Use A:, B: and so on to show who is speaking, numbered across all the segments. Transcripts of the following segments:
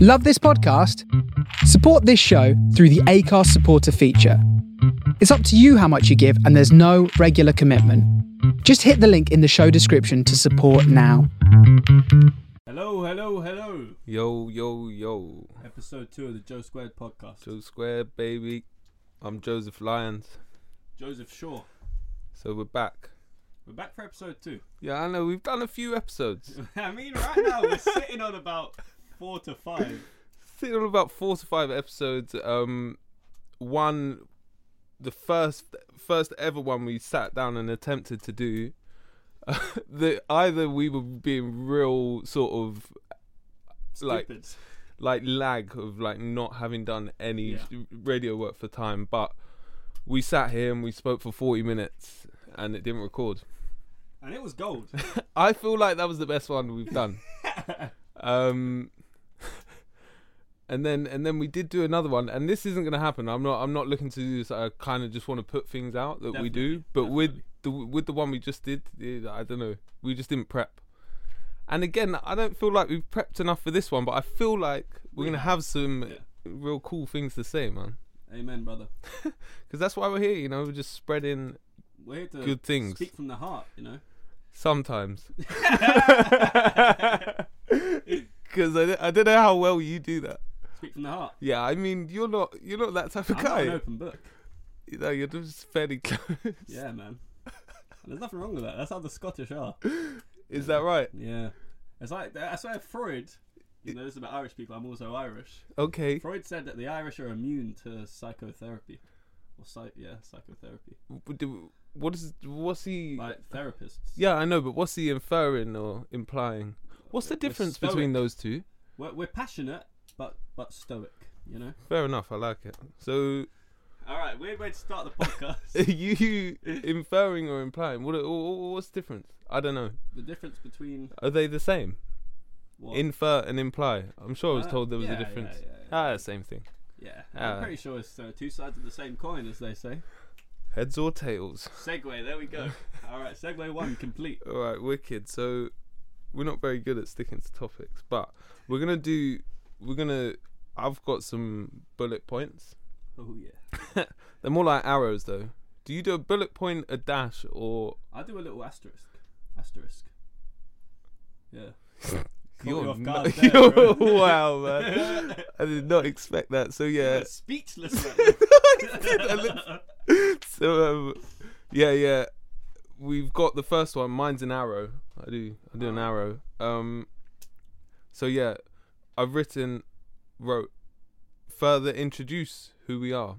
A: Love this podcast? Support this show through the ACARS supporter feature. It's up to you how much you give, and there's no regular commitment. Just hit the link in the show description to support now.
B: Hello, hello, hello.
C: Yo, yo, yo.
B: Episode two of the Joe Squared podcast.
C: Joe Square, baby. I'm Joseph Lyons.
B: Joseph Shaw.
C: So we're back.
B: We're back for episode two.
C: Yeah, I know. We've done a few episodes.
B: I mean, right now we're sitting on about four to five.
C: Sitting on about four to five episodes. Um, one, the first, first ever one we sat down and attempted to do. the either we were being real sort of like
B: Stupid.
C: like lag of like not having done any
B: Yeah.
C: radio work for time but we sat here and we spoke for 40 minutes and it didn't record
B: and it was gold.
C: i feel like that was the best one we've done um and then and then we did do another one and this isn't going to happen i'm not i'm not looking to do this i kind of just want to put things out that we do but with the with the one we just did eh, i don't know we just didn't prep and again i don't feel like we've prepped enough for this one but i feel like we're going to have some real cool things to say man
B: Amen, brother.
C: because that's why we're here you know we're just spreading
B: We're here to
C: Good things.
B: speak from the heart, you know.
C: sometimes because I, don't- I don't know how well you do that
B: Speak from the heart.
C: Yeah, I mean, you're not you're not that type of
B: I'm not
C: guy.
B: an open book.
C: You know, you're just fairly close.
B: Yeah, man. And there's nothing wrong with that. That's how the Scottish are.
C: Is that right?
B: Yeah. It's like, I swear, Freud, you know, this is about Irish people, I'm also Irish.
C: Okay.
B: Freud said that the Irish are immune to psychotherapy. Or psych, yeah, psychotherapy.
C: W- do- What is what's he?
B: Like therapists.
C: Yeah, I know, but what's he inferring or implying? What's the
B: We're
C: difference between
B: stoic.
C: those two?
B: We're, we're passionate, but but stoic, you know?
C: Fair enough, I like it. So,
B: All right, weird way to start the
C: are
B: podcast.
C: you inferring or implying? What wh- what's the difference? I don't know.
B: the difference between.
C: Are they the same?
B: What?
C: Infer and imply. I'm sure I was
B: Uh,
C: told there was
B: yeah,
C: a
B: yeah,
C: difference.
B: yeah, yeah.
C: Ah, same thing.
B: yeah,
C: Ah.
B: I'm pretty sure it's uh, two sides of the same coin, as they say.
C: Heads or tails.
B: Segway, there we go. All right, segway one complete.
C: All right, wicked. So we're not very good at sticking to topics, but we're gonna do. We're gonna. I've got some bullet points.
B: Oh, yeah.
C: They're more like arrows, though. Do you do a bullet point, a dash, or
B: I'll do a little asterisk. Asterisk. Yeah. Caught you off
C: no-
B: guard there, bro.
C: wow, man! I did not expect that. So yeah,
B: Speechless. right
C: so um, yeah, yeah. We've got the first one. Mine's an arrow. I do. I do an
B: Ah.
C: arrow. Um. So yeah, I've written, wrote, further introduce who we are,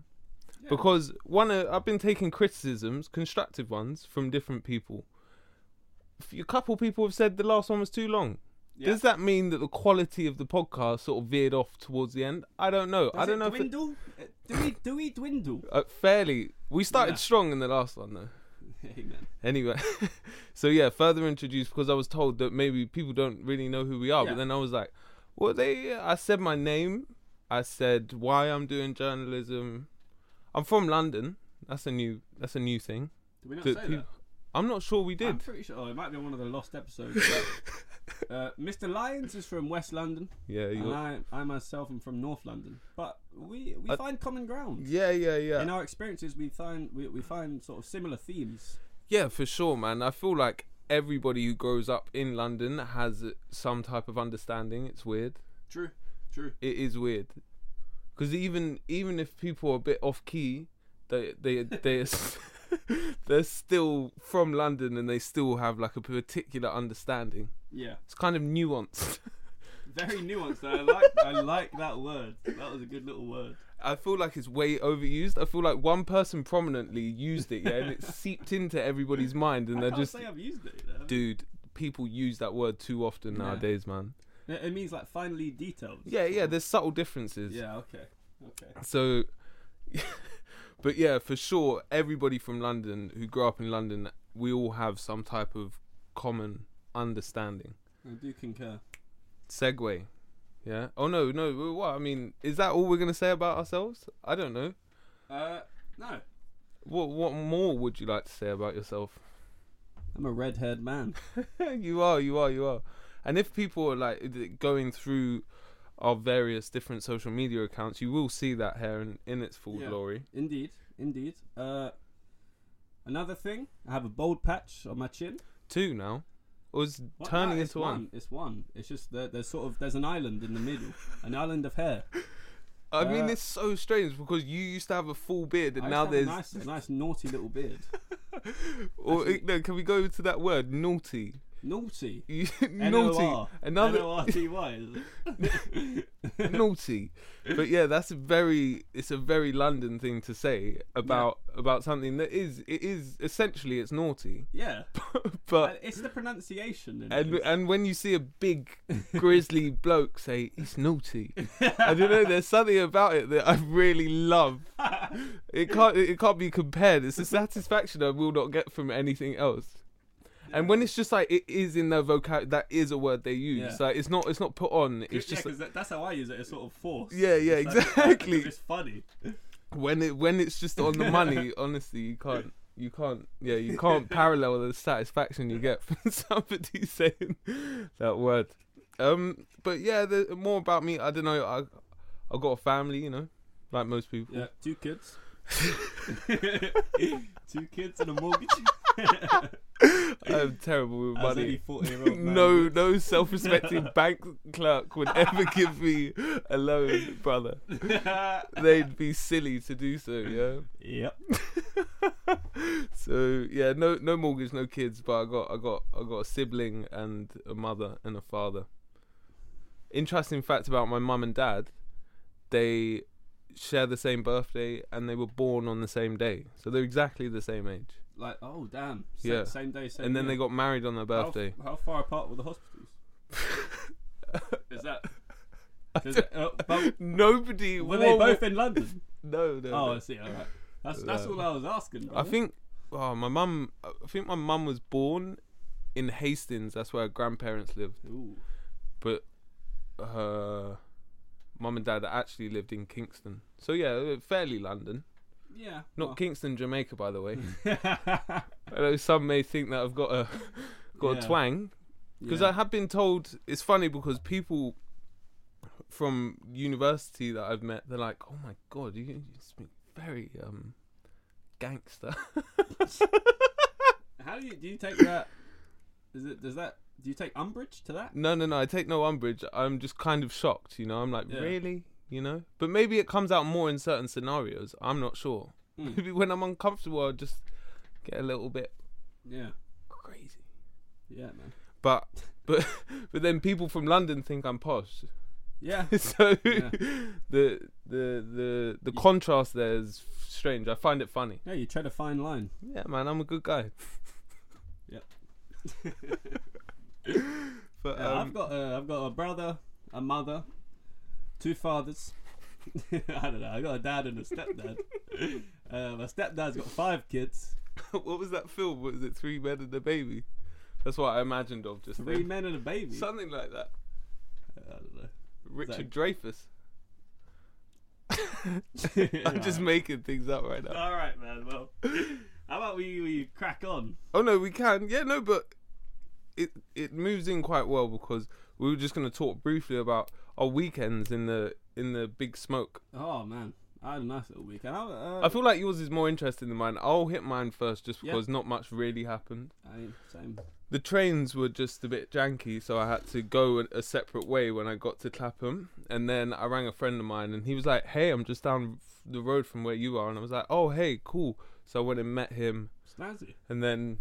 B: Yeah.
C: because one, uh, I've been taking criticisms, constructive ones, from different people. F- A couple people have said the last one was too long.
B: Yeah.
C: Does that mean that the quality of the podcast sort of veered off towards the end? I don't know. I
B: Does
C: don't
B: it
C: know. If it-
B: Dwindle? Uh, Do we do we dwindle?
C: uh, fairly. We started
B: Yeah.
C: strong in the last one though.
B: Amen.
C: Anyway, so yeah, further introduced because I was told that maybe people don't really know who we are.
B: Yeah.
C: But then I was like, well, they. I said my name. I said why I'm doing journalism. I'm from London. That's a new. That's a new thing.
B: Did we not
C: that
B: say
C: peop-
B: that?
C: I'm not sure we
B: I'm
C: did.
B: pretty sure. Oh, it might be one of the lost episodes. but, uh, Mr. Lyons is from West London,
C: yeah,
B: and
C: you're,
B: I, I myself am from North London. But we we
C: I-
B: find common ground
C: yeah, yeah, Uh, yeah.
B: in our experiences. We find we, we find sort of similar themes.
C: Yeah, for sure, man. I feel like everybody who grows up in London has some type of understanding. It's weird.
B: True, true.
C: It is weird. Because even even if people are a bit off key, they they they they're still from London and they still have like a particular understanding.
B: Yeah,
C: It's kind of nuanced.
B: very nuanced. I like I like that word. That was a good little word.
C: I feel like it's way overused. I feel like one person prominently used it, yeah, and it seeped into everybody's mind, and
B: I
C: they're
B: can't
C: just,
B: say I've used it. you know.
C: dude, people use that word too often
B: Yeah.
C: nowadays, man.
B: It, it means like finely detailed.
C: Yeah, yeah, there's subtle differences.
B: Yeah. Okay. Okay.
C: So, but yeah, for sure, everybody from London who grew up in London, we all have some type of common understanding.
B: I do concur.
C: Segway. Yeah. Oh no, no. w- What I mean is that all we're gonna say about ourselves? I don't know.
B: Uh, no.
C: What What more would you like to say about yourself?
B: I'm a red-haired man.
C: you are, you are, you are. And if people are like th- going through, our various different social media accounts, you will see that hair in, in its full
B: Yeah.
C: glory.
B: Indeed, indeed. Uh, another thing, I have a bald patch on my chin.
C: Two now, or is
B: What?
C: turning
B: No, it's
C: into one.
B: It's one. It's just that there's sort of there's an island in the middle, an island of hair.
C: I mean,
B: Uh,
C: it's so strange because you used to have a full beard and
B: I
C: now
B: used to have
C: there's.
B: a nice, a nice naughty little beard.
C: or
B: actually-
C: no, can we go to that word naughty?
B: naughty.
C: You-
B: N-O-R.
C: naughty. Another
B: N-O-R-T-Y, is it?
C: naughty. But yeah, that's a very. It's a very London thing to say about about something that is. It is essentially it's naughty,
B: yeah.
C: but
B: Uh, it's the pronunciation. in
C: And
B: it.
C: and when you see a big grizzly bloke say it's naughty, I don't know. There's something about it that I really love. It can't it can't be compared. It's a satisfaction I will not get from anything else. And when it's just like it is in their vocab, that is a word they use.
B: Yeah.
C: Like it's not it's not put on. It's
B: yeah,
C: just like,
B: 'cause that, that's how I use it. It's sort of forced.
C: Yeah, yeah,
B: It's like-
C: exactly.
B: It's funny.
C: when it when it's just on the money. honestly, you can't. You can't, yeah, you can't parallel the satisfaction you get from somebody saying that word. Um, but yeah, the, more about me. I don't know. I, I got a family, you know, like most people.
B: Yeah, two kids. two kids and a mortgage.
C: I'm terrible with
B: As any
C: money.
B: 40-year-old man
C: No,
B: would.
C: no self-respecting bank clerk would ever give me a loan, brother. They'd be silly to do so. Yeah.
B: yep.
C: So yeah, no no mortgage, no kids, but I got I got I got a sibling and a mother and a father. Interesting fact about my mum and dad, they share the same birthday and they were born on the same day. So they're exactly the same age.
B: Like, oh damn. Sa-
C: Yeah.
B: Same day, same.
C: And then
B: year.
C: they got married on their
B: How f-
C: birthday.
B: How, far apart were the hospitals? Is that? Does it, uh, but
C: Nobody
B: were they
C: whoa, whoa.
B: both in London?
C: No, no.
B: Oh,
C: no.
B: I see. All right. That's that's
C: No.
B: all I was asking.
C: I
B: brother.
C: think oh, my mum I think my mum was born in Hastings, that's where her grandparents lived.
B: Ooh.
C: but her mum and dad actually lived in Kingston. So yeah, uh, fairly London.
B: Yeah.
C: Not
B: well.
C: Kingston, Jamaica, by the way. I know some may think that I've got a got
B: Yeah.
C: a twang because
B: Yeah.
C: I have been told it's funny because people from university that I've met they're like, "Oh my god, you, you speak very um gangster."
B: How do you do you take that? Is it does that do you take umbrage to that?
C: No, no, no. I take no umbrage. I'm just kind of shocked, you know. I'm like,
B: Yeah.
C: really, you know. But maybe it comes out more in certain scenarios. I'm not sure.
B: Mm.
C: Maybe when I'm uncomfortable, I just get a little bit
B: Yeah,
C: crazy.
B: yeah, man.
C: But, but, but then people from London think I'm posh.
B: Yeah,
C: so
B: Yeah.
C: the the the the contrast there is strange. I find it funny.
B: no, you tread a fine line.
C: Yeah, man, I'm a good guy.
B: Yep.
C: But
B: Yeah,
C: um,
B: I've got a, I've got a brother, a mother, two fathers. I don't know. I got a dad and a stepdad. uh, my stepdad's got five kids,
C: what was that film? What was it? Three men and a baby. That's what I imagined of just
B: three
C: then.
B: men and a baby. Uh,
C: something like that.
B: I
C: Richard
B: Zach.
C: Dreyfus.
B: don't know.
C: I'm just making things up right now.
B: All right, man. Well, how about we, we crack on?
C: Oh no, we can. Yeah, no, but it it moves in quite well because we were just going to talk briefly about our weekends in the in the big smoke.
B: Oh man, I had a nice little weekend. I, uh,
C: I feel like yours is more interesting than mine. I'll hit mine first just
B: Yeah.
C: because not much really happened.
B: I, same.
C: The trains were just a bit janky, so I had to go a- a separate way when I got to Clapham. And then I rang a friend of mine, and he was like, "Hey, I'm just down f- the road from where you are." And I was like, "Oh, hey, cool." So I went and met him.
B: Snazzy.
C: and then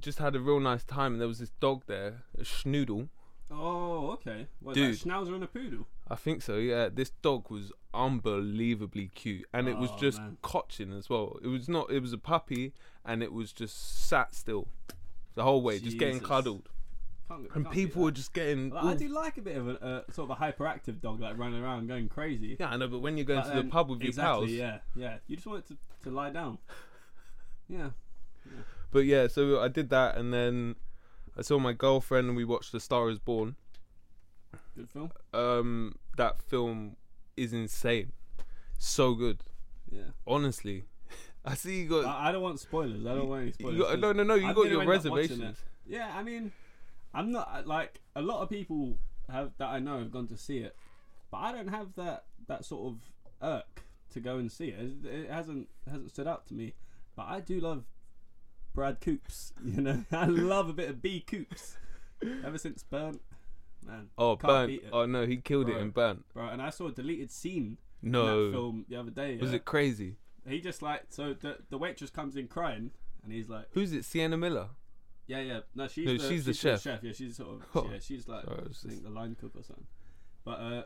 C: just had a real nice time. And there was this dog there, a schnoodle.
B: Oh, okay. What,
C: Dude.
B: Dude. That schnauzer and a poodle.
C: I think so. Yeah, this dog was unbelievably cute, and it was
B: Oh,
C: just
B: man.
C: coching as well. It was not. It was a puppy, and it was just sat still the whole way, just getting
B: Jesus.
C: cuddled.
B: Can't,
C: And
B: can't do
C: people were
B: that.
C: just getting.
B: Like, I
C: ooh.
B: do like a bit of a uh, sort of a hyperactive dog, like running around going crazy.
C: yeah, I know. But when you're going
B: But
C: to the
B: then-
C: pub with
B: exactly,
C: your pals,
B: Yeah, yeah. You just want it to, to lie down. Yeah.
C: but yeah, so I did that, and then I saw my girlfriend, and we watched The Star Is Born.
B: Good film.
C: Um, that film is insane, so good.
B: Yeah.
C: Honestly, I see you got.
B: I, I don't want spoilers. I don't want any spoilers.
C: You got,
B: 'cause
C: no, no, no. You
B: I'm
C: got
B: gonna
C: your
B: end up watching
C: reservations.
B: it. Yeah, I mean, I'm not I- like a lot of people have that I know have gone to see it, But I don't have that that sort of irk to go and see it. It, it hasn't hasn't stood out to me. But I do love Brad Coops. You know, I love a bit of B Coops. Ever since Burnt, man.
C: Oh,
B: can't
C: burnt.
B: beat it.
C: Oh no, he killed it
B: Bro.
C: in burnt.
B: bro. And I saw a deleted scene in that
C: No,
B: film the other day.
C: was
B: yeah.
C: it crazy?
B: He just like so the the waitress comes in crying, and he's like,
C: Who's it? Sienna Miller.
B: yeah, yeah. No, she's
C: No,
B: the,
C: she's the chef.
B: Yeah, she's sort of
C: Oh.
B: yeah, she's like
C: Sorry, I was
B: I
C: just-
B: think the line cook or something. But uh,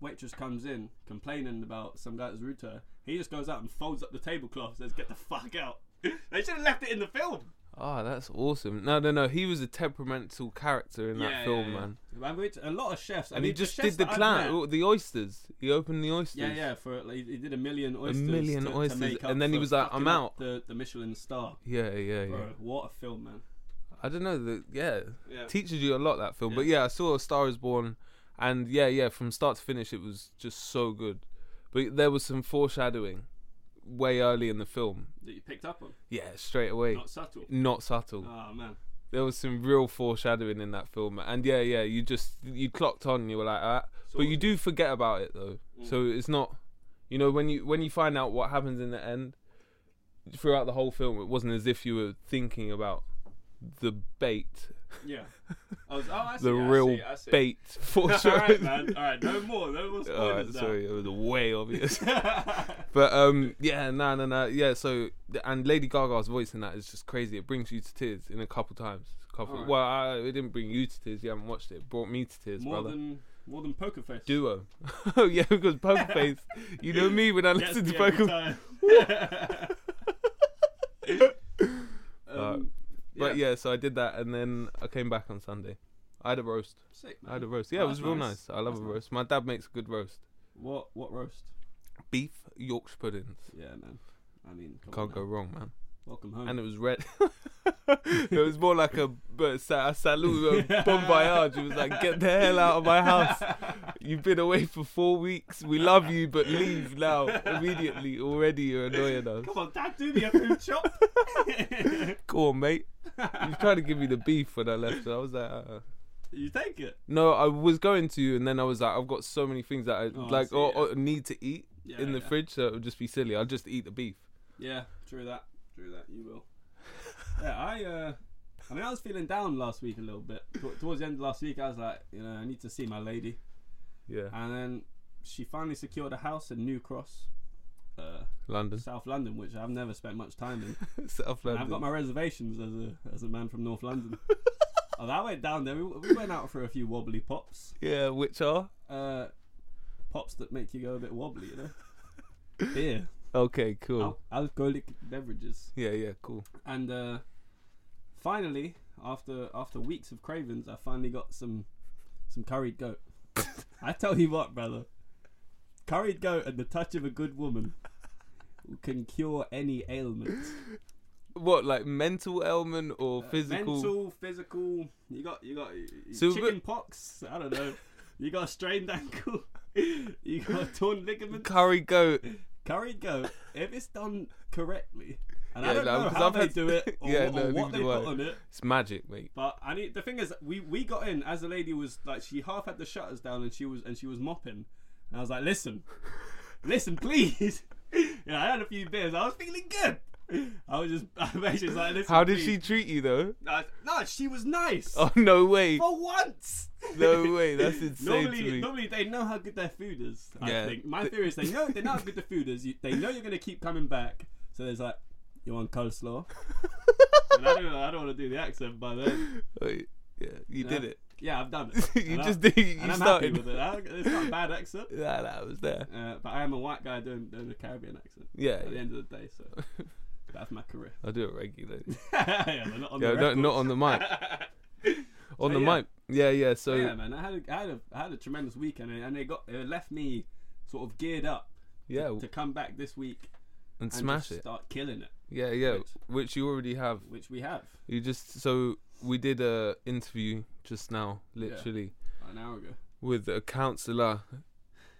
B: waitress comes in complaining about some guy that's rude to her. He just goes out and folds up the tablecloth, says, "Get the fuck out." they should have left it in the film.
C: Ah, that's awesome. No, no, no. He was a temperamental character in that
B: yeah,
C: film,
B: yeah, yeah.
C: man.
B: Man, we- A lot of chefs, I
C: And
B: mean,
C: he
B: the
C: just
B: chefs
C: did the
B: that I've
C: clown,
B: met-
C: oh, the oysters. He opened the oysters.
B: Yeah, yeah. For like, he he did a million oysters.
C: million
B: to,
C: oysters,
B: to make up
C: and then he
B: for
C: was like,
B: fucking
C: "I'm
B: up
C: out."
B: The, the Michelin star.
C: yeah, yeah, yeah.
B: Bro, what a film, man.
C: I don't know. The, yeah,
B: Yeah.
C: teaches you a lot that film. But yeah, I saw A Star Is Born, and yeah, yeah, from start to finish, it was just so good. But there was some foreshadowing way early in the film.
B: that you picked up on.
C: Yeah, straight away.
B: Not subtle.
C: Not subtle.
B: Oh man.
C: There was some real foreshadowing in that film, and yeah, yeah, you just you clocked on. You were like, ah.
B: So- Mm.
C: but you do forget about it though, so it's not. You know, when you when you find out what happens in the end, throughout the whole film, it wasn't as if you were thinking about the bait,
B: Yeah. I was, oh, I see.
C: the
B: I
C: real
B: see, I see.
C: bait for
B: All
C: sure.
B: right, man. All right, no more. No more
C: All right,
B: spoilers. now.
C: sorry, it was way obvious. but um, yeah, no, no, no, yeah. So and Lady Gaga's voice in that is just crazy. It brings you to tears in a couple times. Couple.
B: Alright.
C: Well, I, it didn't bring you to tears. You haven't watched it. It brought me to tears,
B: More
C: brother.
B: than more than poker face.
C: Duo. oh yeah, because Poker Face. You know me when I
B: Gets
C: listen to
B: me every
C: Poker.
B: time. um,
C: But yeah, so I did that, and then I came back on Sunday. I had a roast.
B: Sick,
C: I had a
B: man.
C: roast. Yeah,
B: Oh,
C: it was real
B: nice.
C: nice. I love
B: That's
C: a
B: nice.
C: roast. My dad makes a good roast.
B: What what roast?
C: Beef Yorkshire puddings.
B: Yeah, man. I mean, come on
C: Can't go
B: now.
C: wrong, man.
B: Welcome home.
C: and it was red. it was more like a, a, sa- a salute, a bon voyage. It was like, get the hell out of my house. You've been away for four weeks. We love you, but leave now immediately. Already, you're annoying us.
B: Come on, Dad, do me a food chop.
C: Go on, mate. You was trying to give me the beef when I left. I was like, uh,
B: you take it.
C: no, I was going to, and then I was like, I've got so many things that I
B: Oh, I
C: like
B: see,
C: or,
B: yeah.
C: or need to eat
B: Yeah,
C: in the
B: yeah.
C: fridge, so it would just be silly. I'll just eat the beef.
B: Yeah, true that. True that. You will. yeah, I. Uh, I mean, I was feeling down last week a little bit. T- towards the end of last week, I was like, you know, I need to see my lady,
C: Yeah,
B: and then she finally secured a house in New Cross, uh,
C: London,
B: South London, which I've never spent much time in.
C: South
B: And
C: London.
B: I've got my reservations as a as a man from North London. oh, I went down there. We, we went out for a few wobbly pops,
C: yeah, which are
B: uh, pops that make you go a bit wobbly, you know. Beer,
C: okay, cool.
B: al- alcoholic beverages.
C: Yeah, yeah, cool.
B: and uh, finally, after after weeks of cravings, I finally got some some curried goat. I tell you what, brother, curried goat and the touch of a good woman can cure any ailment. Uh,
C: What, like mental ailment or physical?
B: Mental, physical. You got you got y- y-
C: So we've got-
B: chicken pox. I don't know. You got a strained ankle. you got a torn ligament.
C: Curry goat.
B: Curried goat, if it's done correctly, and I
C: Yeah,
B: don't
C: no,
B: know
C: 'cause
B: how
C: I've
B: they
C: had-
B: do it or,
C: Yeah,
B: what-
C: no,
B: or what
C: neither
B: they
C: do
B: put
C: I.
B: on it,
C: It's magic, mate.
B: But I need the thing is we we got in as the lady was like she half had the shutters down and she was and she was mopping, and I was like, listen, listen, please. yeah, I had a few beers. I was feeling good. I was just I basically was like, listen.
C: How did
B: please."
C: she treat you though?
B: I- no, she was nice
C: Oh no way.
B: for once.
C: No way, that's insane
B: normally,
C: to me.
B: normally they know how good their food is. I
C: Yeah.
B: think my theory is they know they know how good the food is. You, they know you're gonna keep coming back, so there's like, you want coleslaw? and I don't, I don't want to do the accent, but uh,
C: Wait, yeah, you did it.
B: yeah, I've done it.
C: you
B: And I-
C: just did. You
B: and I'm
C: started.
B: happy with it. I, it's not a bad accent,
C: Nah, nah, I was there.
B: uh, but I am a white guy doing, doing a Caribbean accent
C: Yeah,
B: at the
C: yeah.
B: end of the day. So that's my career.
C: I do it regularly.
B: yeah, but not on
C: yeah,
B: the
C: no,
B: record.
C: not on the mic. On the
B: yeah.
C: mic. Yeah, yeah. So
B: yeah,
C: yeah,
B: man, I had a, I had a, I had a tremendous weekend, and, and they got it left me sort of geared up to come back this week and
C: and smash
B: just
C: it.
B: start killing it,
C: Yeah, yeah.
B: Which-
C: Which you already have.
B: which we have
C: You just so we did a interview just now, literally
B: an hour ago.
C: with a counselor.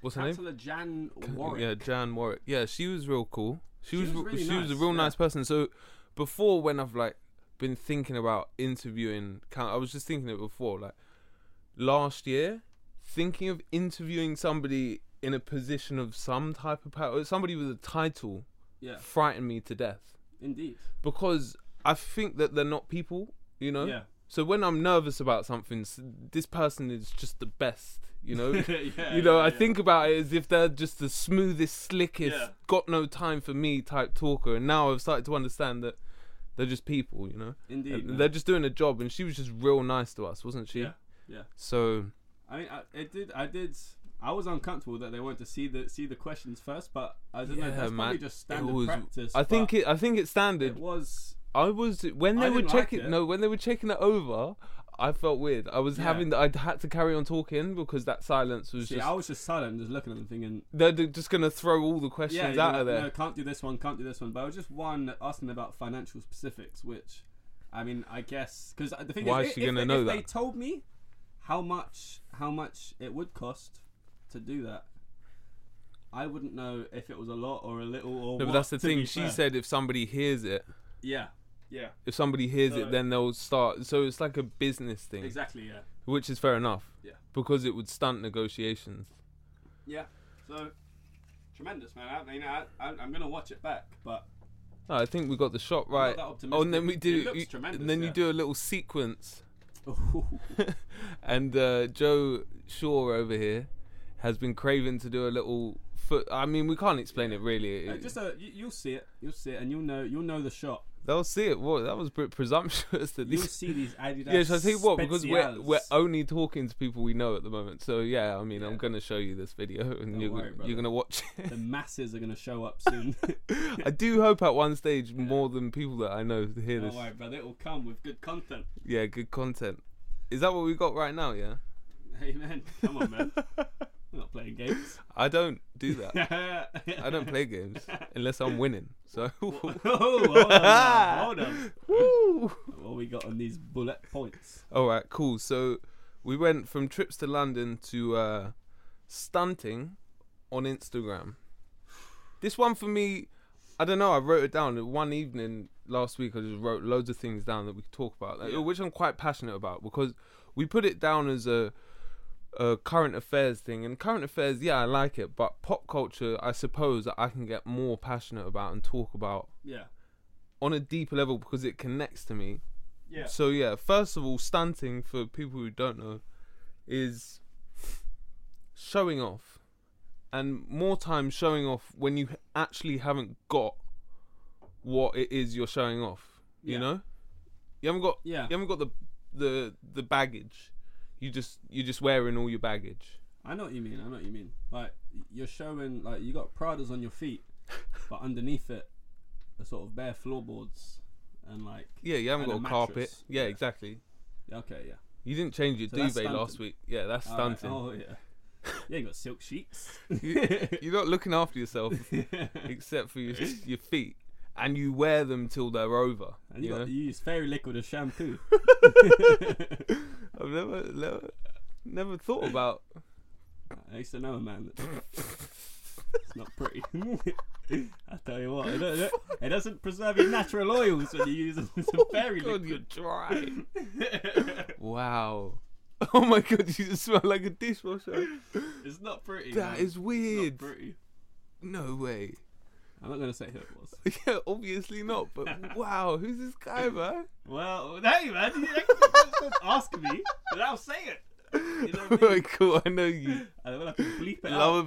C: What's her name?
B: Councillor Jan Warwick.
C: Yeah, Jan Warwick. Yeah, she was real cool. She,
B: She
C: was,
B: was
C: re-
B: really
C: she was a
B: nice,
C: real
B: yeah.
C: nice person. So before when I've like been thinking about interviewing count I was just thinking it before like last year thinking of interviewing somebody in a position of some type of power, somebody with a title,
B: Yeah,
C: frightened me to death
B: indeed.
C: because I think that they're not people, you know.
B: Yeah.
C: So when I'm nervous about something, s- this person is just the best, you know.
B: Yeah,
C: you know,
B: yeah,
C: I
B: yeah.
C: think about it as if they're just the smoothest, slickest,
B: Yeah.
C: got no time for me type talker, and now I've started to understand that they're just people, you know.
B: Indeed,
C: And
B: man.
C: they're just doing a job, and she was just real nice to us, wasn't she?
B: Yeah, yeah.
C: So
B: I mean, I, it did. I did. I was uncomfortable that they wanted to see the see the questions first, but I don't know.
C: Yeah,
B: That's
C: man,
B: probably just standard
C: it was,
B: practice.
C: I think
B: but
C: it. I think it's standard.
B: it was.
C: I was when
B: I
C: they were
B: didn't like
C: checking.
B: it.
C: No, when they were checking it over, I felt weird. I was
B: Yeah.
C: having. I had to carry on talking because that silence was
B: See,
C: just.
B: I was just silent, just looking at them, thinking,
C: they're d- just gonna throw all the questions
B: "Yeah, you
C: out
B: know,
C: of there.
B: no, can't do this one, can't do this one." But it was just one asking about financial specifics, which, I mean, I guess because the thing
C: Why
B: is,
C: is
B: i-
C: she
B: if,
C: gonna
B: they-
C: know
B: if they
C: that?
B: told me how much how much it would cost to do that, I wouldn't know if it was a lot or a little or.
C: No, but
B: what,
C: that's the
B: to be
C: thing. She
B: fair.
C: said if somebody hears it,
B: "Yeah, yeah,
C: if somebody hears
B: So-
C: it, then they'll start. So it's like a business thing,
B: exactly, yeah."
C: which is fair enough.
B: Yeah.
C: Because it would stunt negotiations.
B: Yeah. So tremendous, man. I, you know, I, I'm gonna watch it back, but
C: No, I think we got the shot
B: not
C: right.
B: that
C: Oh, and then
B: optimistic.
C: we do.
B: It looks
C: you-
B: tremendous,
C: and then you
B: yeah.
C: do a little sequence.
B: yeah,
C: and uh, Joe Shaw over here has been craving to do a little foot. I mean, we can't explain it really. It-
B: just a, you, you'll see it. You'll see it, and you'll know. You'll know the shot.
C: They'll see it. Whoa, that was pre- presumptuous. That
B: You'll
C: these.
B: see these Adidas.
C: Yeah, shall I tell you what? Because we're
B: Specials.
C: we're only talking to people we know at the moment. So yeah, I mean, I'm
B: Yeah.
C: gonna show you this video, and
B: Don't
C: you're
B: worry, brother.
C: you're gonna watch it.
B: the masses are gonna show up soon.
C: I do hope at one stage more than people that I know hear
B: Don't
C: this.
B: worry, brother. It will come with good content.
C: Yeah, good content. Is that what we got right now? Yeah.
B: Hey, man. Come on, man. We're not playing games. Oh,
C: I don't do that.
B: I
C: I don't play games unless I'm winning. So.
B: hold on. now, Hold on.
C: Woo!
B: What we got on these bullet points?
C: All right, cool. So we went from trips to London to uh, stunting on Instagram. This one for me, I don't know. I wrote it down one evening last week. I just wrote loads of things down that we could talk about, like,
B: Yeah.
C: which I'm quite passionate about because we put it down as a, a current affairs thing. And current affairs, yeah, I like it, but pop culture, I suppose, I can get more passionate about and talk about
B: Yeah.
C: on a deeper level because it connects to me.
B: Yeah.
C: So yeah, first of all, stunting for people who don't know is showing off, and more time showing off when you actually haven't got what it is you're showing off.
B: Yeah.
C: You know, you haven't got
B: Yeah.
C: you haven't got the the the baggage. You just you're just wearing all your baggage.
B: I know what you mean. I know what you mean. Like you're showing, like you got Pradas on your feet, but underneath it, are sort of bare floorboards, and like
C: Yeah, you haven't
B: And a
C: got a
B: mattress.
C: carpet. Yeah,
B: Yeah.
C: exactly.
B: okay, yeah,
C: You didn't change your
B: So that's
C: duvet last
B: stunting.
C: week. Yeah, that's
B: All right.
C: stunting.
B: Oh yeah, yeah, you got silk sheets.
C: You're not looking after yourself. except for your, your feet, and you wear them till they're over.
B: and
C: you
B: you,
C: know?
B: got, you use fairy liquid as shampoo.
C: I've never, never, never thought about.
B: I used to know a man. That, it's not pretty. I tell you what, it, don't- it doesn't preserve your natural oils when you use some fairy
C: Oh God, you're
B: liquid.
C: dry. wow. Oh my god, you just smell like a dishwasher.
B: It's not pretty.
C: That
B: man.
C: is weird.
B: Not pretty.
C: No way.
B: I'm not gonna say who it was.
C: Yeah, obviously not. But wow, who's this guy, man?
B: Well, hey man, you actually ask me, and I'll say it. You know what I mean?
C: Right, cool. Oh I know you
B: And I'm gonna have to bleep it
C: love a
B: out.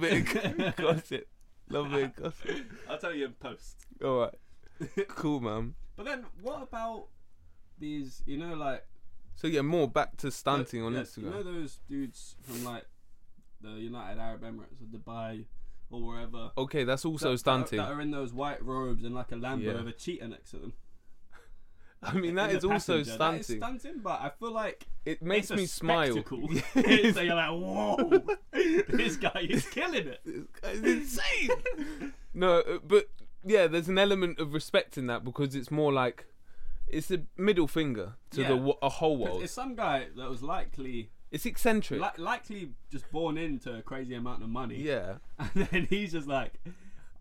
C: bit of gossip. Love a bit of gossip.
B: I'll tell you in post.
C: All right, cool, man.
B: But then, what about these? You know, like
C: So yeah, more back to stunting on
B: yeah,
C: Instagram.
B: You know those dudes from like the United Arab Emirates or Dubai or wherever.
C: okay, that's also
B: that-
C: stunting.
B: That, are- that are in those white robes and like a Lambo
C: Yeah.
B: with a cheetah next to them.
C: I mean, that
B: In
C: is
B: the
C: also
B: passenger. That is
C: stunting.
B: stunting, but I feel like
C: It
B: it's
C: makes
B: a
C: me smile.
B: spectacle. so you're like, whoa, this guy is killing it.
C: It's insane. no, uh, but yeah, there's an element of respect in that because it's more like it's a middle finger to the
B: Yeah.
C: the a whole world.
B: It's
C: It's,
B: some guy that was likely,
C: eccentric.
B: li- likely just born into a crazy amount of money,
C: yeah,
B: and then he's just like,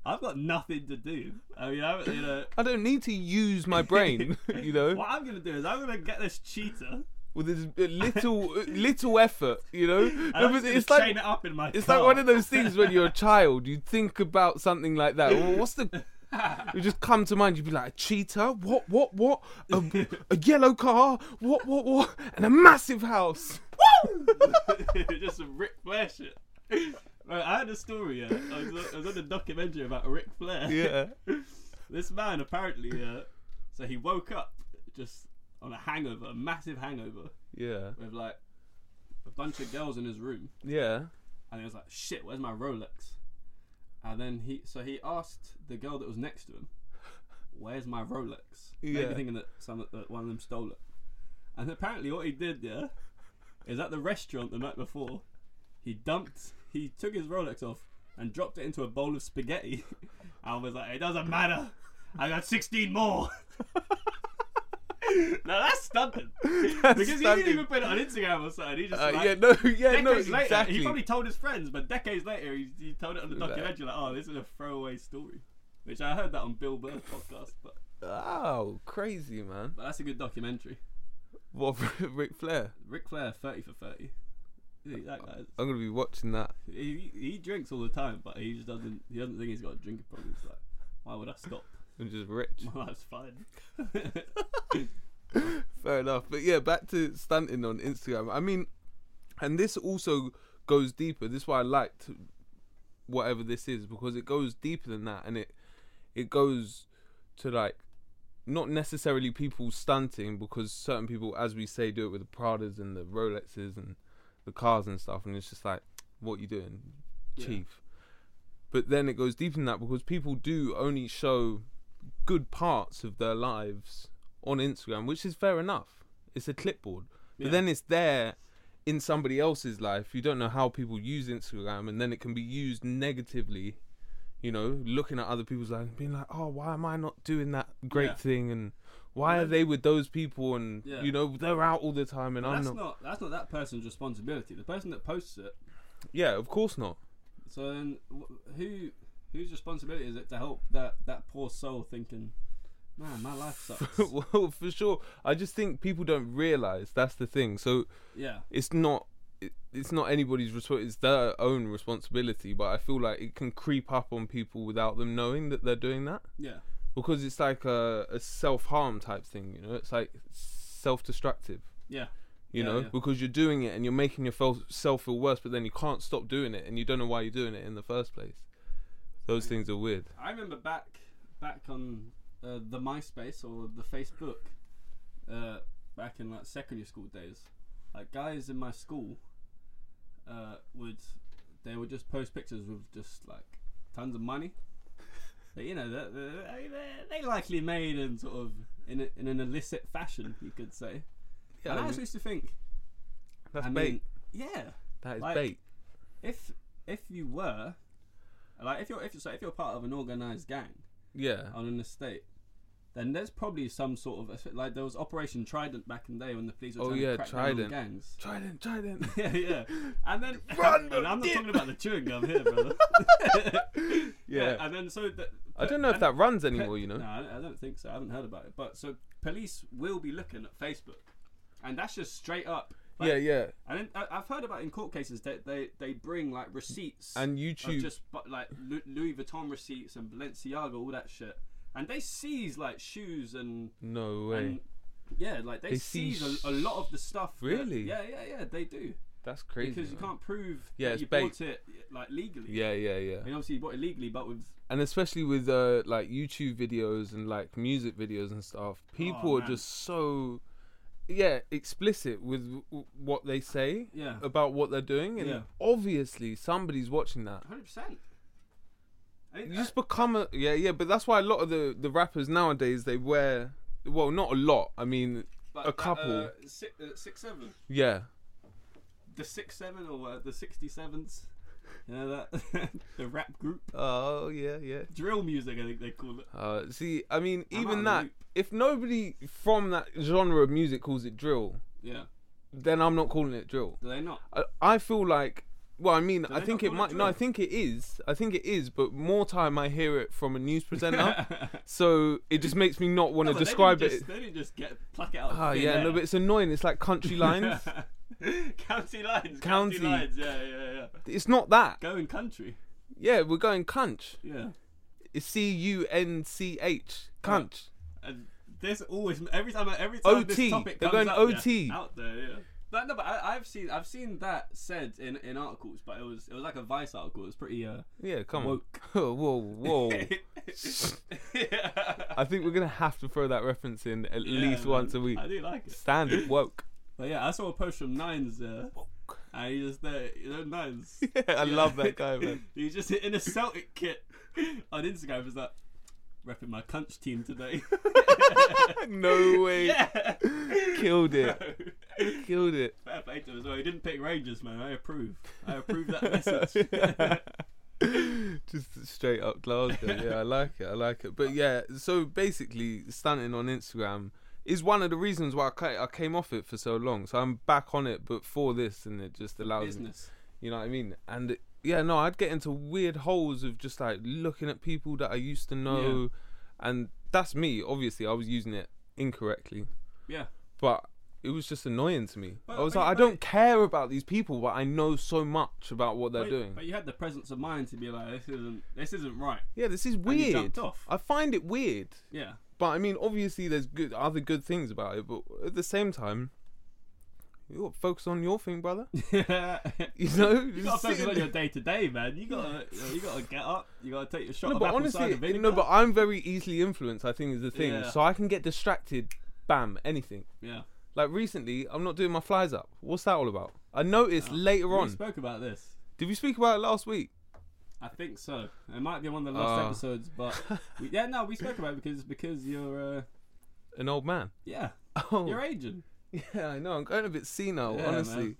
B: I've got nothing to do. I mean, I, you know,
C: I don't need to use my brain. you know,
B: what I'm gonna do is I'm gonna get this cheetah.
C: with this uh, little little effort, you know.
B: I
C: No,
B: don't
C: but
B: just
C: it's like
B: chain it up in my
C: it's
B: car.
C: like one of those things when you're a child, you think about something like that. Well, what's the? You just come to mind. You'd be like a cheetah. What? What? What? A, a yellow car. What? What? What? And a massive house.
B: just a Ric Flair shit. Right, I had a story. Yeah, I was, I was on a documentary about Ric Flair.
C: Yeah.
B: this man apparently, uh, so he woke up just on a hangover, a massive hangover,
C: Yeah.
B: with like a bunch of girls in his room,
C: Yeah.
B: and he was like, "Shit, where's my Rolex?" And then he, so he asked the girl that was next to him, "Where's my Rolex?"
C: Yeah.
B: Maybe thinking that some that one of them stole it. And apparently, what he did, yeah, is at the restaurant the night before, he dumped, he took his Rolex off and dropped it into a bowl of spaghetti, and was like, "It doesn't matter, I got 16 more." now that's stunted because he
C: stunted.
B: didn't even put it on Instagram or something. He just
C: Uh,
B: like,
C: yeah. No. Yeah. No.
B: decades later, he
C: Exactly.
B: probably told his friends, but decades later, he, he told it on the
C: Like-
B: documentary, like, oh, this is a throwaway story. Which I heard that on Bill Burr's podcast, but,
C: Oh, crazy man.
B: but that's a good documentary.
C: What? Ric Flair.
B: Ric Flair, 30 for 30. He, that guy,
C: I'm gonna be watching that.
B: he, he drinks all the time, but he just doesn't, he doesn't think he's got a drinking problem. It's like, why would I stop?
C: I'm just rich.
B: My life's fine.
C: Fair enough. But yeah, back to stunting on Instagram. I mean, and this also goes deeper. This is why I liked whatever this is because it goes deeper than that, and it it goes to like not necessarily people stunting because certain people, as we say, do it with the Pradas and the Rolexes and the cars and stuff, and it's just like, what you doing,
B: Yeah.
C: chief? But then it goes deeper than that because people do only show good parts of their lives on Instagram, which is fair enough. It's a clipboard.
B: Yeah.
C: But then it's there in somebody else's life. You don't know how people use Instagram and then it can be used negatively, you know, looking at other people's lives and being like, Oh, why am I not doing that great
B: Yeah.
C: thing and why are
B: then-
C: they with those people and
B: Yeah.
C: you know, they're out all the time and I'm
B: That's
C: not.
B: not, that's not that person's responsibility. The person that posts it,
C: Yeah, of course not.
B: So then, wh- who whose responsibility is it to help that that poor soul thinking, man, my life sucks.
C: well, for sure. I just think people don't realize that's the thing. So
B: yeah,
C: it's not it, it's not anybody's responsibility it's their own responsibility but i feel like it can creep up on people without them knowing that they're doing that
B: yeah,
C: because it's like a, a self-harm type thing you know it's like self-destructive
B: yeah,
C: you
B: Yeah,
C: know
B: yeah.
C: because you're doing it and you're making yourself feel worse but then you can't stop doing it and you don't know why you're doing it in the first place those things are weird
B: I remember back back on uh, the MySpace or the Facebook, uh, back in like secondary school days, like guys in my school, uh, would they would just post pictures with just like tons of money. But you know, they- they, they, they likely made in sort of in, a, in an illicit fashion, you could say.
C: yeah,
B: and I
C: I mean,
B: just used to think,
C: that's
B: I
C: bait
B: mean, yeah,
C: that is
B: like-
C: bait
B: if if you were, like, if you're if you're, so if you're part of an organized gang
C: yeah
B: on an estate, then there's probably some sort of like there was Operation Trident back in the day when the police were
C: Oh,
B: trying
C: yeah,
B: to crack
C: Trident.
B: down on gangs.
C: trident trident
B: yeah, yeah, and then
C: Run,
B: and I'm not
C: dip.
B: talking about the chewing gum here, brother.
C: yeah,
B: and then so the,
C: i don't know if that runs
B: Pe-
C: anymore you know
B: No, I I don't think so. I haven't heard about it. But so police will be looking at Facebook, and that's just straight up. like,
C: yeah yeah
B: And then, I- I've heard about in court cases that they, they bring like receipts of
C: and youtube
B: just but like Lu- Louis Vuitton receipts and Balenciaga, all that shit, and they seize like shoes and
C: No way.
B: and yeah, like they,
C: They
B: seize
C: seize
B: a, a lot of the stuff. that-
C: Really?
B: yeah, yeah, yeah, they do
C: That's crazy.
B: because you
C: man.
B: can't prove
C: Yeah,
B: that
C: it's
B: you
C: bait.
B: bought it like legally.
C: Yeah, yeah, yeah.
B: I mean, obviously you bought it legally, but with
C: And especially with uh, like YouTube videos and like music videos and stuff, people are
B: Oh, man.
C: just so yeah explicit with w- what they say
B: yeah,
C: about what they're doing, and
B: Yeah.
C: obviously somebody's watching that.
B: hundred percent. I mean,
C: You
B: I-
C: just become a yeah, yeah. But that's why a lot of the the rappers nowadays they wear well, not a lot. I mean,
B: but
C: a
B: that,
C: couple.
B: uh, six, uh, six seven.
C: yeah,
B: the six seven or uh, the sixty sevens. You know that the rap group
C: oh yeah, yeah.
B: drill music. I think they call it.
C: Uh, see, I mean,
B: I'm out of
C: even
B: the
C: that,
B: loop.
C: if nobody from that genre of music calls it drill,
B: Yeah,
C: then I'm not calling it drill.
B: do they not?
C: I, I feel like Well, I mean, I
B: they
C: think
B: not
C: it
B: call it
C: might. No, I
B: drill?
C: think it is. I think it is. But more time I hear it from a news presenter, so it just makes me not want to
B: But they didn't
C: describe
B: just-
C: it.
B: They didn't just get pluck it out.
C: Ah,
B: of thin
C: yeah,
B: air.
C: no, but it's annoying. It's like country lines.
B: county lines. County.
C: County.
B: lines. Yeah, yeah, yeah.
C: it's not that.
B: Going country.
C: Yeah, we're going cunch.
B: Yeah.
C: It's C U N C H. Cunch.
B: And this always every time I- every time
C: OT.
B: this topic
C: They're
B: comes
C: going
B: up,
C: OT.
B: yeah, out there. Yeah. But no, but I, I've seen I've seen that said in, in articles, but it was it was like a Vice article. It was pretty uh.
C: Yeah, come
B: Woke.
C: on. whoa, whoa.
B: yeah.
C: I think we're gonna have to throw that reference in at least
B: man.
C: once a week.
B: I do like it.
C: Standard woke.
B: But yeah, I saw a post from Nines. Uh, and he just there, you know, Nines.
C: I love that guy, man.
B: He's just in a Celtic kit on Instagram. Is that repping my cunch team today?
C: no way.
B: yeah.
C: Killed it. Killed it.
B: Fair play to him as well. He didn't pick Rangers, man. I approve. I approve that message.
C: Just straight up Glasgow. Yeah, I like it. I like it. But yeah, so basically, stunting on Instagram is one of the reasons why I ca- I came off it for so long. So I'm back on it, but for this, and it just allows me.
B: Business.
C: You know what I mean? And it- yeah, no, I'd get into weird holes of just like looking at people that I used to know, and that's me. Obviously, I was using it incorrectly,
B: Yeah.
C: but it was just annoying to me.
B: But-
C: I was
B: but-
C: like, I
B: but-
C: don't care about these people, but I know so much about what they're
B: But,
C: doing.
B: but you had the presence of mind to be like, this isn't this isn't right.
C: yeah, this is
B: And you
C: weird.
B: jumped off.
C: I find it weird,
B: Yeah.
C: but I mean, obviously, there's good other good things about it, but at the same time. You got to focus on your thing, brother.
B: you
C: You know,
B: gotta
C: Just
B: focus
C: sitting
B: on
C: there-
B: your day to day, man. You gotta you gotta get up. You gotta take your shot.
C: No,
B: of
C: but
B: apple
C: honestly,
B: cider vinegar.
C: no, but I'm very easily influenced. I think is the thing,
B: Yeah.
C: so I can get distracted. Bam, anything.
B: yeah.
C: Like recently, I'm not doing my flies up. What's that all about? I
B: Oh,
C: noticed later
B: We
C: on.
B: spoke about this.
C: Did we speak about it last week?
B: I think so. It might be one of the last
C: Ah.
B: episodes, but we, yeah, no, we spoke about it because because you're uh,
C: An old man.
B: yeah,
C: Oh,
B: you're aging.
C: yeah, I know. I'm going a bit senile,
B: Yeah,
C: honestly.
B: man.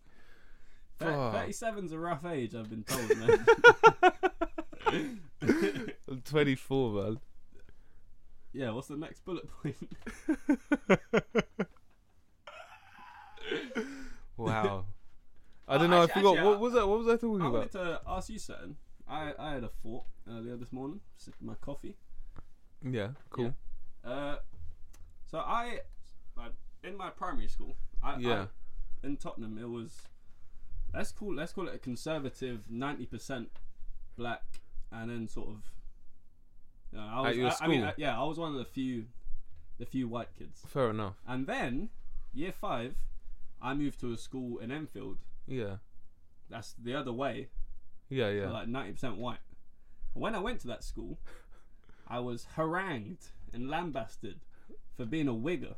B: Thir-
C: Fuck.
B: 37's a rough age, I've been told, man.
C: I'm 24, man.
B: yeah, what's the next bullet point?
C: Wow. I don't
B: Oh,
C: know.
B: actually-
C: I forgot.
B: actually, I-
C: what was that? What was I talking
B: I
C: about?
B: wanted to ask you something. I, I had a thought earlier this morning, sipping my coffee.
C: Yeah. Cool.
B: Uh, so I, like, in my primary school, I,
C: Yeah.
B: I- in Tottenham, it was let's call let's call it a conservative ninety percent black, and then sort of. Yeah, I
C: At
B: was,
C: your
B: I, I mean,
C: school?
B: I- yeah, I was one of the few, the few white kids.
C: Fair enough.
B: And then, year five, I moved to a school in Enfield.
C: Yeah.
B: That's the other way,
C: Yeah. Yeah.
B: so like ninety percent white. When I went to that school, I was harangued and lambasted for being a wigger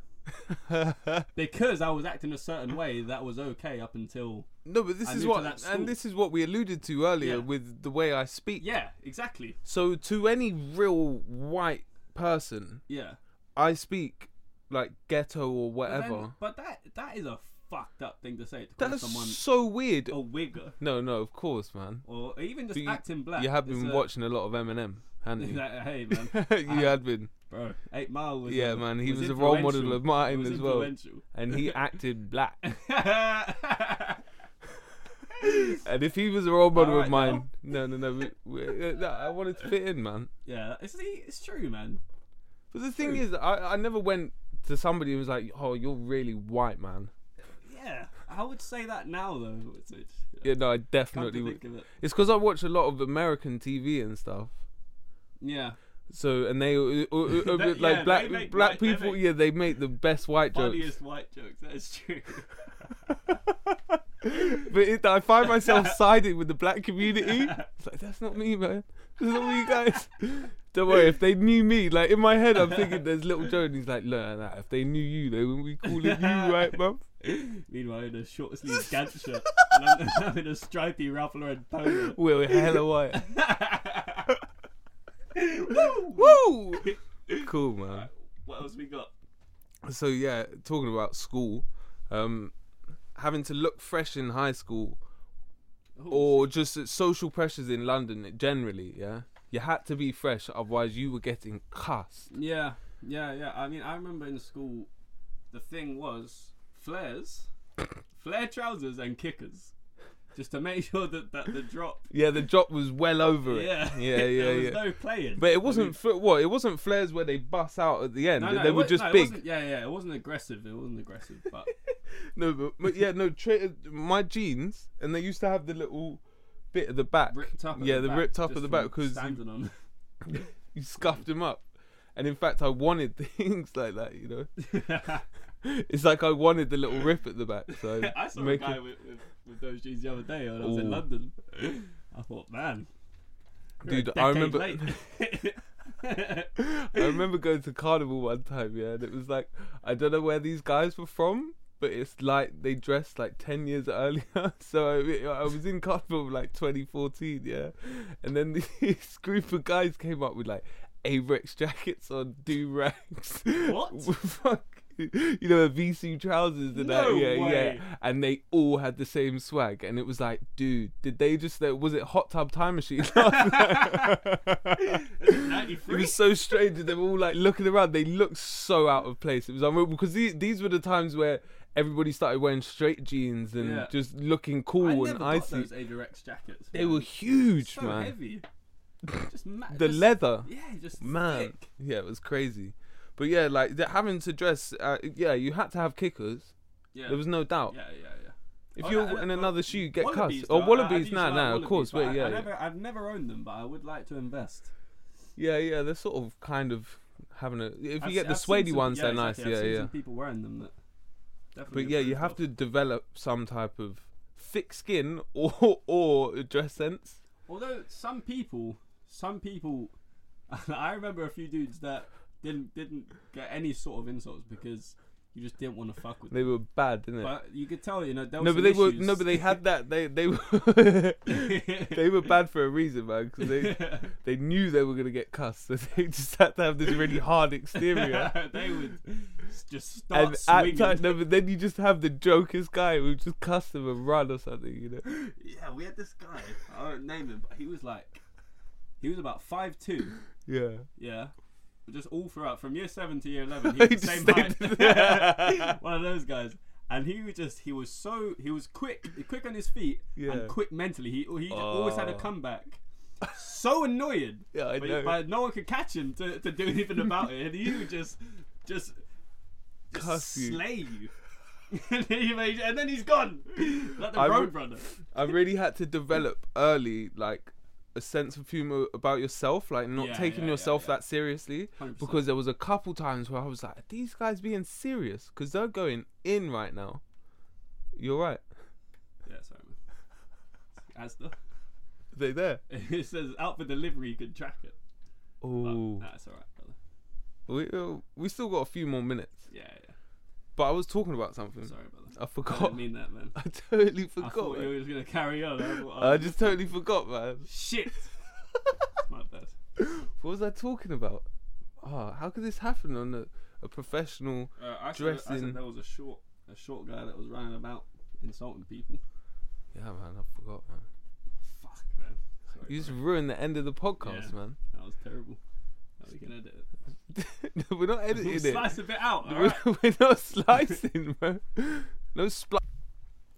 B: because I was acting a certain way that was okay up until
C: no, but this
B: I
C: is
B: moved to
C: what,
B: that school.
C: and this is what we alluded to earlier
B: Yeah.
C: with the way I speak.
B: yeah, exactly,
C: So to any real white person,
B: yeah.
C: I speak like ghetto or
B: But, then-
C: whatever.
B: but that that is a fucked up thing to say to call
C: That's
B: someone Oh.
C: so weird.
B: a wigger
C: No, no, of course, man.
B: or even just
C: But you-
B: acting black.
C: You have
B: is
C: been
B: a-
C: watching a lot of Eminem, hadn't you?
B: Like, hey man,
C: you had been.
B: bro, Eight Mile was
C: Yeah,
B: uh,
C: man. He was, a role model
B: influential.
C: of mine
B: was
C: as well,
B: influential.
C: and he acted black. and if he was a role model of
B: Alright,
C: mine, no, no, no, we, we, uh, no, I wanted to fit in, man.
B: yeah, it's, it's true, man.
C: But the thing is, I, I never went to somebody who was like, "Oh, you're really white, man."
B: Yeah, I would say that now though. It's, it's,
C: Yeah, no, I
B: come to
C: definitely. would.
B: think of it.
C: It's because I watch a lot of American TV and stuff.
B: Yeah,
C: So and they uh, uh, uh,
B: That-
C: like
B: yeah,
C: black
B: they make
C: black
B: white- they
C: people.
B: make-
C: yeah, they make the best white jokes.
B: funniest white jokes. That is true.
C: But it, I find myself siding with the black community. It's like that's not me, man. That's not me, guys. Don't worry. If they knew me, like in my head, I'm thinking there's little Joe, and he's like, look at that. If they knew you, they wouldn't be calling you, right, mum?
B: Meanwhile, in a short sleeve gangster shirt, and I'm, I'm in a stripy Ralph Lauren polo.
C: We're hella white.
B: Woo!
C: Woo! Cool, man.
B: What else we got?
C: So yeah, talking about school, um, having to look fresh in high school or just uh, social pressures in London generally, yeah. You had to be fresh, otherwise you were getting cussed.
B: Yeah, yeah, yeah. I mean, I remember in school, the thing was flares, flare trousers, and kickers. just to make sure that, that the drop.
C: Yeah, the drop was well over it.
B: Yeah,
C: yeah, yeah.
B: there was
C: yeah.
B: no playing.
C: But
B: I
C: it wasn't
B: mean-
C: fl- what it wasn't flares where they bust out at the end.
B: No, no,
C: they
B: it
C: were
B: wa-
C: just
B: no, it
C: big.
B: wasn't- Yeah, yeah, it wasn't aggressive. It wasn't aggressive, but
C: No, but, but yeah, no. Tra- my jeans, and they used to have the little bit at the back.
B: ripped up. At
C: yeah,
B: the
C: the
B: back,
C: ripped up
B: just
C: at the
B: from
C: back because you,
B: standing on.
C: you scuffed them up. And in fact, I wanted things like that. You know, it's like I wanted the little rip at the back. So
B: I saw
C: make
B: a guy
C: it-
B: with, with, with those jeans the other day when I was
C: Ooh.
B: in London. I thought, man, you're a
C: Dude, I
B: decade
C: remember-
B: late.
C: I remember going to carnival one time. Yeah, and it was like I don't know where these guys were from. But it's like they dressed like ten years earlier, so I, I was in carnival like 2014, yeah, and then this group of guys came up with like Avrex jackets on do rags.
B: What?
C: Fuck. You know, VC trousers and
B: No
C: that. Yeah,
B: way.
C: yeah. And they all had the same swag, and it was like, dude, did they just? That was it. Hot tub time machine. it
B: 93?
C: was so strange. that They were all like looking around. They looked so out of place. It was unreal because these these were the times where everybody started wearing straight jeans and
B: Yeah.
C: just looking
B: I
C: cool
B: never
C: and
B: got
C: icy.
B: those Avirex jackets.
C: They
B: man.
C: were huge,
B: so
C: man.
B: heavy. Just ma-
C: The
B: just-
C: leather.
B: Yeah, just
C: man
B: thick.
C: yeah it was crazy but yeah like the, having to dress uh, yeah you had to have kickers
B: Yeah.
C: there was no doubt
B: yeah, yeah, yeah.
C: if
B: Oh,
C: you're
B: no,
C: in
B: no,
C: another shoe you get cussed
B: Wallabies,
C: or
B: though, I-
C: wallabies
B: I
C: now
B: do like
C: now of
B: wallabies,
C: course
B: but
C: but
B: I,
C: yeah
B: I
C: yeah.
B: never, I've never owned them, but I would like to invest.
C: yeah yeah they're sort of kind of having a if you
B: I've
C: get
B: se-
C: the
B: I've seen
C: suede
B: some-
C: ones
B: yeah,
C: they're
B: exactly,
C: nice
B: I've
C: yeah
B: seen
C: yeah
B: Some people wearing them that. definitely
C: but yeah you
B: improve
C: have
B: health.
C: to develop some type of thick skin or or dress sense
B: Although some people, some people, I remember a few dudes that didn't didn't get any sort of insults because you just didn't want to fuck with them.
C: they were bad didn't it
B: But you could tell, you know, there
C: no
B: was some
C: but they were
B: issues.
C: no but they had that they they were they were bad for a reason man 'cause they they knew they were going to get cussed, so they just had to have this really hard exterior.
B: they would s- just start
C: and at
B: swinging.
C: times, no, but then you just have the jokers guy who just cuss them and run or something, you know.
B: Yeah, we had this guy. I won't name him, but he was like, he was about five two.
C: Yeah.
B: Yeah. Just all throughout, from year seven to year eleven, he was the
C: He
B: same
C: just stayed-
B: height. One of those guys, and he was just—he was so he was quick, quick on his feet,
C: Yeah.
B: and quick mentally. He he just always had a
C: Oh.
B: comeback. So annoying,
C: Yeah, I
B: but,
C: know.
B: but no one could catch him to, to do anything about it, and he would just just, just
C: Cuss you.
B: slay you, and, then he made, and then he's gone, like the
C: I re-
B: road runner.
C: I really had to develop early, like, a sense of humor about yourself, like not
B: Yeah,
C: taking
B: yeah, yeah,
C: yourself
B: yeah.
C: that seriously.
B: 100%.
C: Because there was a couple times where I was like, Are these guys being serious? Because they're going in right now. You're right.
B: Yeah, sorry, man. Asda.
C: They there.
B: It says out for delivery, you can track it. But
C: Oh,
B: nah, it's alright, brother.
C: we uh, we still got a few more minutes.
B: Yeah, yeah.
C: But I was talking about something.
B: Sorry, brother.
C: I
B: I
C: forgot.
B: didn't mean that, man.
C: I totally
B: I
C: forgot.
B: thought you
C: man.
B: were just gonna carry on. I, thought- oh,
C: I just totally forgot, man.
B: shit. My bad.
C: What was I talking about? Oh, how could this happen on a, a professional?
B: Uh, I, said, I
C: Dressing.
B: said there was a short, a short guy that was running about insulting people.
C: Yeah, man, I forgot, man.
B: Fuck, man. Sorry,
C: You just
B: bro.
C: ruined the end of the podcast,
B: Yeah.
C: man.
B: that was terrible. Now we can edit it.
C: No, we're not editing
B: We'll
C: it.
B: slice a bit out.
C: No,
B: alright?
C: we're, we're not slicing, bro. No spli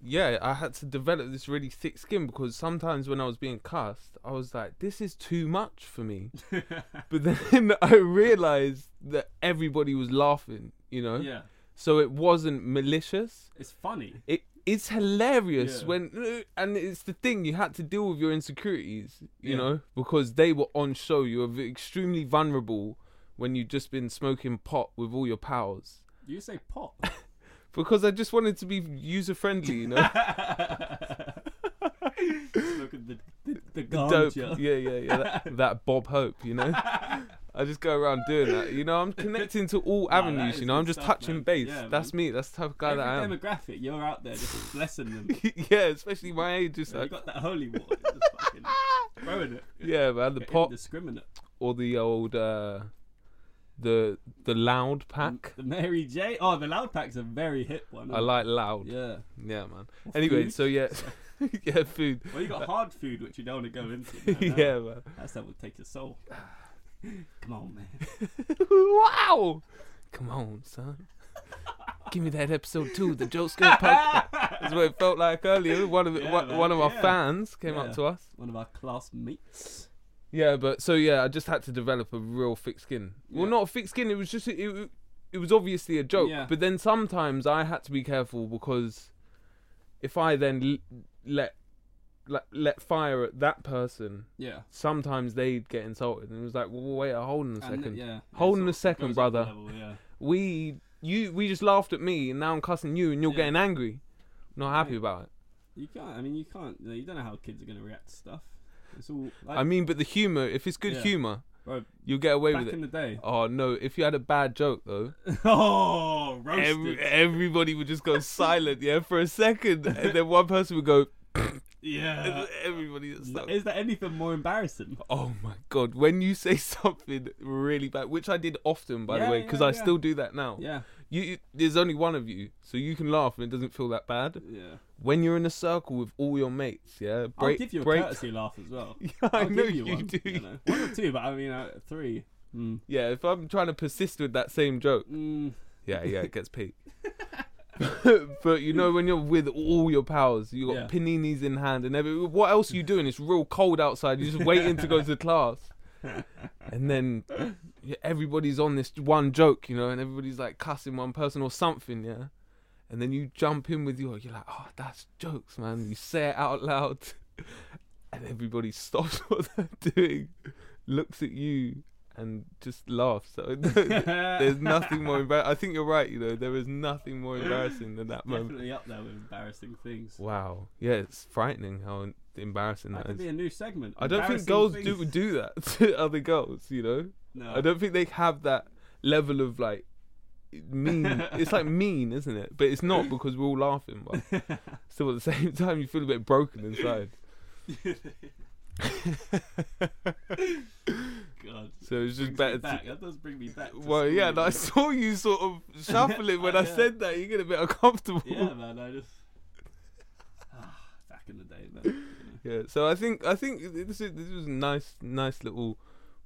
C: Yeah, I had to develop this really thick skin because sometimes when I was being cast, I was like, this is too much for me. but then I realized that everybody was laughing, you know?
B: yeah,
C: So it wasn't malicious.
B: it's funny.
C: It it's hilarious
B: Yeah.
C: when uh, and it's the thing you had to deal with your insecurities, you
B: Yeah.
C: know, because they were on show. You were v- extremely vulnerable when you've just been smoking pot with all your pals.
B: You say pot.
C: Because I just wanted to be user friendly, you know.
B: Look at the the, the,
C: Dope,
B: ganja.
C: yeah, yeah, yeah. That, that Bob Hope, you know. I just go around doing that, you know. I'm connecting to all
B: Nah, that
C: avenues,
B: is
C: you know. I'm
B: good
C: just
B: stuff,
C: touching
B: man.
C: base.
B: Yeah,
C: That's
B: man.
C: me. That's the type of guy that I am.
B: Every demographic, you're out there just blessing them.
C: yeah, especially my age. Just
B: you
C: like, "Ah!"
B: got that holy water. Just fucking throwing it.
C: yeah, man. The
B: Get
C: pot
B: Indiscriminate.
C: or the old uh the the loud pack.
B: The Mary J. Oh, the loud pack's a very hit one.
C: I like loud. Yeah,
B: Mm. Yeah.
C: man. Anyway,
B: food.
C: so yeah, yeah, food.
B: Well, you got hard food, which you don't want to go into. man.
C: yeah, man.
B: That's that would take your soul. Come on, man.
C: wow. Come on, son. Give me that episode two, the Joe Scott podcast. That's what it felt like earlier. One of
B: Yeah,
C: one,
B: man,
C: one of our
B: yeah.
C: fans came
B: Yeah.
C: up to us.
B: One of our classmates.
C: Yeah, but so yeah, I just had to develop a real thick skin. Well,
B: Yeah.
C: not a thick skin. It was just it. It was obviously a joke,
B: Yeah.
C: but then sometimes I had to be careful because if I then l- let let, let fire at that person,
B: Yeah.
C: sometimes they'd get insulted, and it was like, well, wait, hold on a
B: And,
C: second.
B: yeah.
C: Hold
B: yeah,
C: on a
B: sort of
C: second,
B: goes up
C: brother.
B: level, yeah.
C: We you we just laughed at me, and now I'm cussing you, and you're
B: Yeah.
C: getting angry. Not happy
B: Right.
C: about it.
B: You can't. I mean, you can't. You don't know how kids are going to react to stuff. It's all. Like,
C: I mean, but the humor, if it's good
B: Yeah.
C: humor,
B: Bro,
C: you'll get away
B: back
C: with it.
B: in the day.
C: Oh no! If you had a bad joke though,
B: oh, roasted.
C: every, everybody would just go silent, yeah, for a second, and then one person would go.
B: yeah.
C: and everybody just like,
B: Is there anything more embarrassing?
C: Oh my god! When you say something really bad, which I did often, by
B: Yeah,
C: the way,
B: yeah,
C: because I
B: yeah.
C: still do that now.
B: Yeah.
C: You, you, there's only one of you, so you can laugh and it doesn't feel that bad.
B: Yeah.
C: When you're in a circle with all your mates, yeah, break,
B: I'll give you a
C: break.
B: courtesy laugh as well.
C: yeah,
B: I'll
C: I know
B: give
C: you,
B: you, one,
C: do.
B: You know. One or two, but I mean, uh, three. Mm.
C: Yeah, if I'm trying to persist with that same joke,
B: Mm.
C: Yeah, yeah, it gets peaked. but you know when you're with all your powers, you got
B: Yeah.
C: paninis in hand and everything. What else are you doing? It's real cold outside. You're just waiting to go to class, and then yeah, everybody's on this one joke, you know, and everybody's like cussing one person or something, yeah. And then you jump in with your, you're like, oh, that's jokes, man. You say it out loud, and everybody stops what they're doing, looks at you, and just laughs. So there's nothing more embarrassing. I think you're right. You know, there is nothing more embarrassing than that moment.
B: Definitely up there with embarrassing things.
C: Wow. Yeah, it's frightening how en- embarrassing
B: That
C: that
B: could be
C: is.
B: a new segment.
C: I don't think
B: Embarrassing
C: girls
B: things.
C: do do that to other girls. You know,
B: No.
C: I don't think they have that level of like mean. it's like mean, isn't it? But it's not because we're all laughing. But still, at the same time, you feel a bit broken inside.
B: God.
C: So it's just
B: Brings me
C: better. To,
B: back. That does bring me back. to
C: well, yeah, and
B: school.
C: I saw you sort of shuffling when I
B: Yeah.
C: said that. You get a bit uncomfortable.
B: Yeah, man. I just Ah, back in the day, man.
C: Yeah, so I think I think this is, this was a nice nice little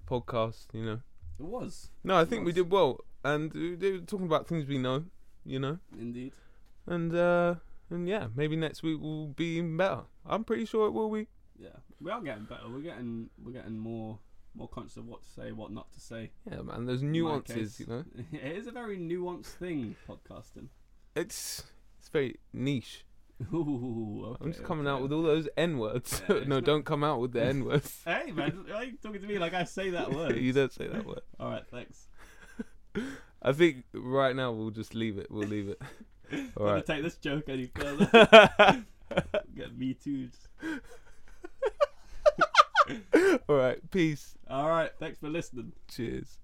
C: podcast, you know.
B: It was
C: No, I think we
B: Nice.
C: did well, and we they were talking about things we know, you know,
B: indeed.
C: and uh and yeah, maybe next week will be even better. I'm pretty sure it will be.
B: Yeah, we are getting better. We're getting we're getting more more conscious of what to say, what not to say.
C: Yeah, man, there's
B: in my
C: nuances,
B: case.
C: you know.
B: it is a very nuanced thing, podcasting.
C: It's it's very niche.
B: Ooh, okay,
C: I'm just coming
B: okay.
C: out with all those N words.
B: Yeah, it's
C: no,
B: not-
C: don't come out with the N words.
B: Hey man, why are you talking to me like I say that word?
C: you don't say that word.
B: All right, thanks.
C: I think right now we'll just leave it. We'll leave it. All
B: Gonna
C: right.
B: take this joke any further. Get me too.
C: All right. Peace.
B: All right, thanks for listening.
C: Cheers.